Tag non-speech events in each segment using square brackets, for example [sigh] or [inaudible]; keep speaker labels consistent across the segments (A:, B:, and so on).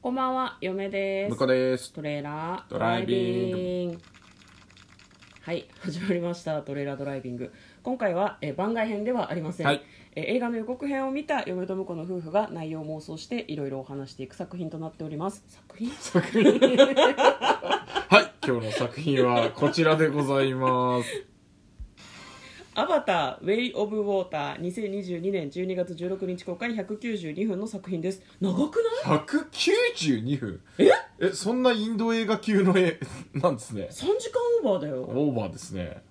A: こんばんは、嫁で
B: 向
A: す
B: こ。
A: [laughs]
B: うです
A: トレーラー
B: ドライビン
A: ドラ
B: グ
A: イビングはい、始まりました。トレーラードライビング。今回は、えー番外編ではありません。
B: はい
A: えー映画の予告編を見た嫁と婿の夫婦が内容を妄想していろいろお話していく作品となっております。作品
B: 作品はい今日の作品はこちらでござ
A: [laughs]
B: います
A: アバター、ウェイ・オブ・ウォーター、2022年12月16日公開192分の作品です。長くない
B: 192分
A: え
B: えそんなインド映画級の絵 [laughs] なんですね
A: ?3 時間オーバーだよ。
B: オーバーですね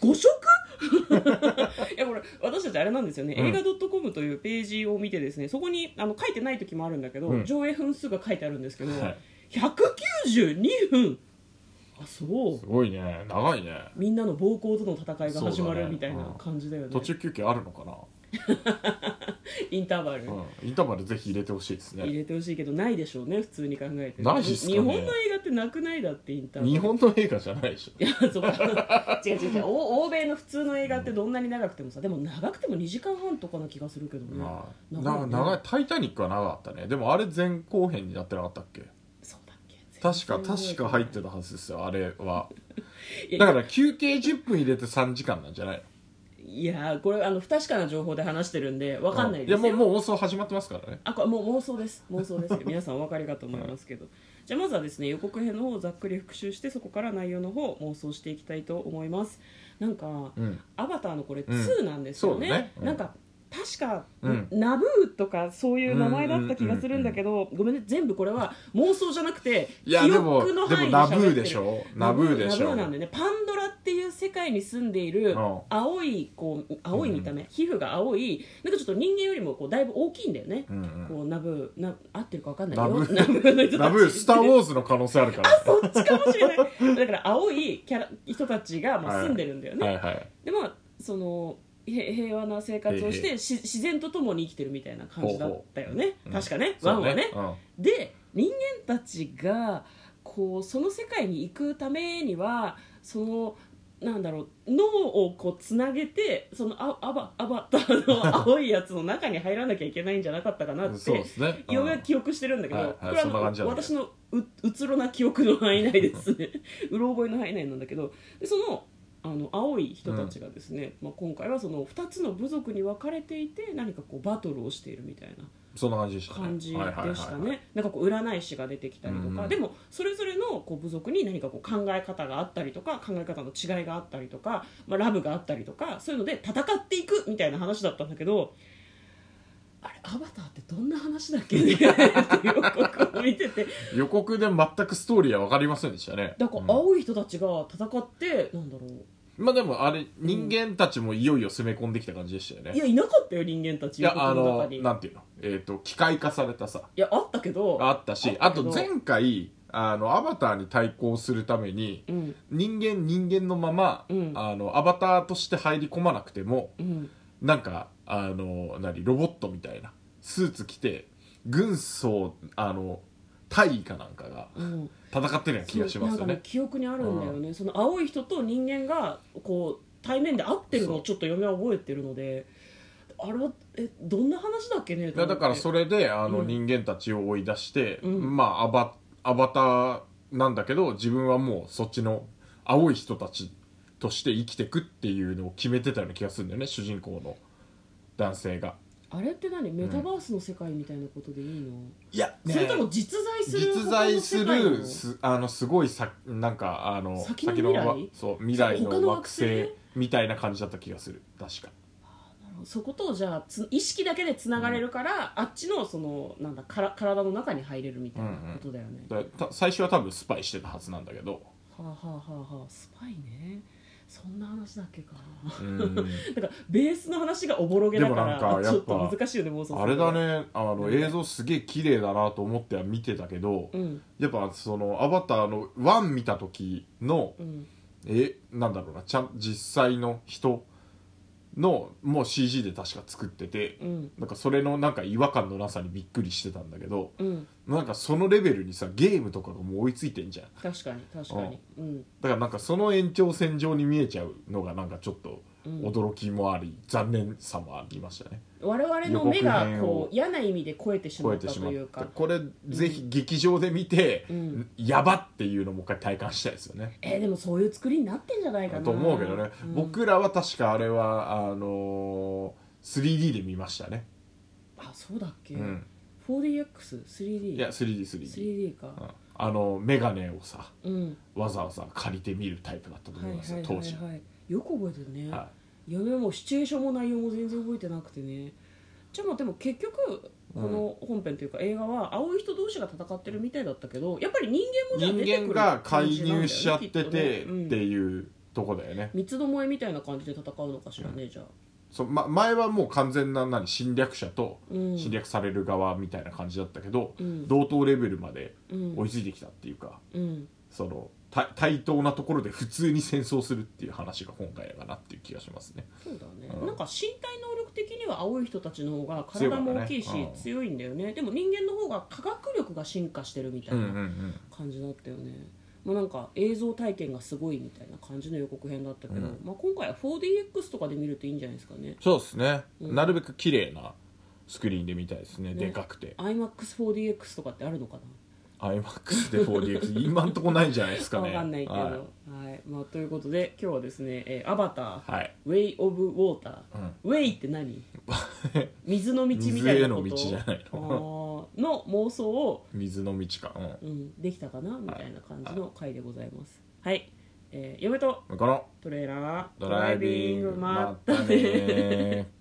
A: 誤食 [laughs] いやこれ私たちあれなんですよね、
B: うん
A: 映画 .com というページを見てですねそこにあの書いてない時もあるんだけど、
B: うん
A: 上映分数が書いてあるんですけど、
B: はい
A: 192分あそう
B: すごいね長いね
A: みんなの暴行との戦いが始ま
B: そうだ
A: る
B: ね
A: みたいな感じだよね
B: 途中休憩あるのかな、
A: インターバル、
B: うん、インターバルぜひ入れてほしいです
A: 入
B: ね
A: れてほしいけどないでしょうね普通に考えて
B: ないっすかね
A: 日本の映画ってなくないだってインターバル
B: 日本の映画じゃないでしょ
A: いやそう [laughs] か違う違う違うお欧米の普通の映画ってどんなに長くてもさでも長くても2時間半とかな気がするけどね、
B: まあ
A: 長い
B: な
A: ね
B: 長い「タイタニック」は長かったねでもあれ前後編になってなかったっけ
A: そうだっけ
B: 確か
A: 全然
B: 確か入ってたはずですよあれはい
A: や
B: だから休憩10分入れて3時間なんじゃない
A: いやーこれあの不確かな情報で話してるんでわ
B: わ
A: かんないですよ
B: いやもうもう妄想始まってますからね
A: あこれもう妄想です妄想
B: [laughs]
A: ですよ皆さんお分かりかと思いますけど、じゃあまずはですね予告編の方をざっくり復習してそこから内容の方を妄想していきたいと思いますなんか
B: うん
A: アバターのこれ
B: うん
A: 2なんですよね,、
B: そうだねうん
A: なんか確か、
B: うん
A: ナブーとかそういう名前だった気がするんだけど、ごめんね全部これは妄想じゃなくて
B: いや
A: 記
B: でも
A: 憶
B: で
A: の
B: も
A: 範囲
B: ナブ
A: 喋って
B: ー
A: る
B: でしょナブーでし
A: ナ
B: ょ
A: ブなんだよねパンドラっていう世界に住んでいる
B: うん
A: 青いこう青い見た目、皮膚が青いなんかちょっと人間よりもこうだいぶ大きいんだよね、
B: うんうん
A: こうナブーな合ってるか分かんない
B: ナ
A: よ
B: ブ
A: ナブーの人たち
B: ナブースター・ウォーズの可能性あるから
A: そっちかもしれないだから青いキャラ人たちがまあ住んでるんだよね、
B: はいはい
A: でまあそのへ平和な生活をし
B: へ
A: てし自然とともに生きてるみたいな感じだったよね
B: ほうほううん
A: 確かね、
B: そ
A: ワン
B: う
A: はね
B: うん
A: で人間たちがこうその世界に行くためにはそのなんだろう脳をこうつなげてそのアアバアバターの
B: [laughs]
A: 青いやつの中に入らなきゃいけないんじゃなかったかなっ
B: そうで
A: て
B: すね
A: ようや
B: うん
A: く記憶してるんだけど、
B: はいはい
A: これはあ
B: そんな
A: の
B: 感じなんだ
A: 私のううつろな記憶の範囲内です
B: [laughs]
A: ねうろ覚えの範囲内なんだけどでそのあの青い人たちがですね、まあ、今回はその2つの部族に分かれていて何かこうバトルをしているみたいな
B: そんな感じでしたね
A: 感じで
B: はいはい
A: した
B: はいはい
A: ねなんかこう占い師が出てきたりと
B: うん
A: か、
B: うん
A: でもそれぞれのこう部族に何かこう考え方があったりとか考え方の違いがあったりとか、まあ、ラブがあったりとかそういうので戦っていくみたいな話だったんだけどあれアバターってどんな話だっけねって予告を見てて
B: 予告で全くストーリーは分かりませんでしたね
A: だから
B: うん
A: 青い人たちが戦ってなんだろう
B: まあでもあれ人間たちもいよいよ攻め込んできた感じでしたよね
A: いやいなかったよ人間たち
B: いやあ
A: 予告
B: の
A: 中に
B: なんていうのえっと機械化されたさ
A: いやあったけど
B: あったし
A: あ
B: あ
A: ったけ
B: と
A: ど
B: 前回あのアバターに対抗するために
A: うん
B: 人間人間のまま、
A: うん
B: あのアバターとして入り込まなくても
A: うん
B: なんかあの何ロボットみたいなスーツ着て軍曹あの大尉かなんかが
A: うん
B: 戦ってるような気がします
A: そうなんか
B: よ
A: ね
B: ね
A: 記憶にあるんだよね、その青い人と人間がこう対面で会ってるの
B: そ
A: を
B: う
A: ちょっと嫁は覚えてるのであれはえどんな話だっけね
B: いやだからそ
A: れ
B: れであの
A: うん
B: 人間たちを追い出して、
A: うん
B: まあアバアバターなんだけど自分はもうそっちの青い人たちとして生きてくっていうのを決めてたような気がするんだよね主人公の男性が
A: あれって何メタバースの世界みたいなことでいいの、
B: いや
A: それとも実在する
B: 実在
A: 他の
B: す
A: 世界
B: る
A: の
B: すあのすごいさなんかあの
A: 先の未来
B: わそう未来
A: 他の
B: の惑
A: 惑星
B: 星みたいな感じだった気がする確か
A: そことじゃあつ意識だけでつながれるから、あっちのそのなんだから体の中に入れるみたいなことだよね、
B: だた最初は多分スパイしてたはずなんだけど
A: はあはあはあはあスパイねそんな話だっけか
B: う
A: [laughs]
B: ん
A: だからベースの話がおぼろげだから
B: でもなん
A: ち
B: か
A: ょっ
B: や
A: と
B: っぱ
A: 難しいよね妄想するの
B: あれだねあの
A: うん
B: 映像すげえ綺麗だなと思っては見てたけど
A: うん
B: やっぱそのアバターの1見た時の
A: うん
B: えなんだろうなちゃん実際の人のもう CG で確か作ってて
A: うん
B: なんかそれのなんか違和感のなさにびっくりしてたんだけど
A: うん
B: なんかそのレベルにさゲームとかがもう追いついてんじゃんだ
A: 確かに確かにうん
B: からなんかその延長線上に見えちゃうのがなんかちょっと
A: うん
B: 驚きもあり残念さもありましたね
A: 我々の目がこう嫌な意味で超えてし
B: 超
A: ま
B: え
A: ってた
B: し
A: と
B: まっ
A: いう
B: た
A: か
B: これぜひ劇場で見て、
A: うん
B: やばっていうのをもう一回体感したいですよね
A: えーでもそういう作りになってんじゃないかな
B: と思うけどね、
A: ん
B: 僕らは確かあれはあのー 3D で見ましたね、
A: あそうだっけ、
B: うん、
A: 4DX3D
B: いや 3D3D、
A: 3D か
B: うん、あのメガネをさ
A: うん
B: わざわざ借りて見るタイプだったと
A: は
B: 思
A: い
B: い
A: は
B: ますよ、
A: い
B: 当時
A: はい、はい、よく覚えてるね、、
B: はい
A: やでもシチュエーションも内容も全然覚えてなくてねじゃあまあでも結局この本編というか映画は青い人同士が戦ってるみたいだったけどやっぱり人間もじゃあ出てく
B: 人間
A: る
B: が
A: 感
B: 介
A: じなんだよね
B: 入しちゃってて
A: き
B: っ
A: と
B: て
A: ねうん、
B: いうとこだよね、
A: 三つどもえみたいな感じで戦うのかしらね、じゃあ、
B: そうま、前はもう完全な何侵略者と
A: うん、
B: 侵略される側みたいな感じだったけど、
A: うん
B: 同等レベルまで
A: うん
B: 追いついてきたっていうか、
A: うん
B: そのた対等なところで普通に戦争するっていう話が今回やかなっていう気がしますね
A: そうだね、
B: うん
A: なんか身体能力的には青い人たちの方が体も大きいし
B: 強いからねうん
A: 強いんだよねでも人間の方が科学力が進化してるみたいな感じだったよね、まあ、なんか映像体験がすごいみたいな感じの予告編だったけど、
B: うん
A: まあ、今回は 4DX とかで見るといいんじゃないですかね
B: そうですね、
A: うん
B: なるべく綺麗なスクリーンで見たいですね
A: ね
B: でかくて
A: iMAX4DX とかってあるのかな
B: iMAX で
A: [laughs]
B: 4DX 今んとこないんじゃないですかね
A: わかんないけど、はいまあ、ということで今日はですね「えーアバター」
B: はい、はい
A: ウェイ・オブ・ウォーター」
B: うん
A: ウェイって
B: [laughs]
A: 何水の道みたいなこと
B: 水への道じゃない
A: のの妄想を、
B: 水の道かう
A: うん、できたかなみたいな感じの回でございますはい、えー嫁と
B: んこの
A: トレーラー
B: ドライビング
A: ま
B: ま
A: った
B: った
A: ね
B: ね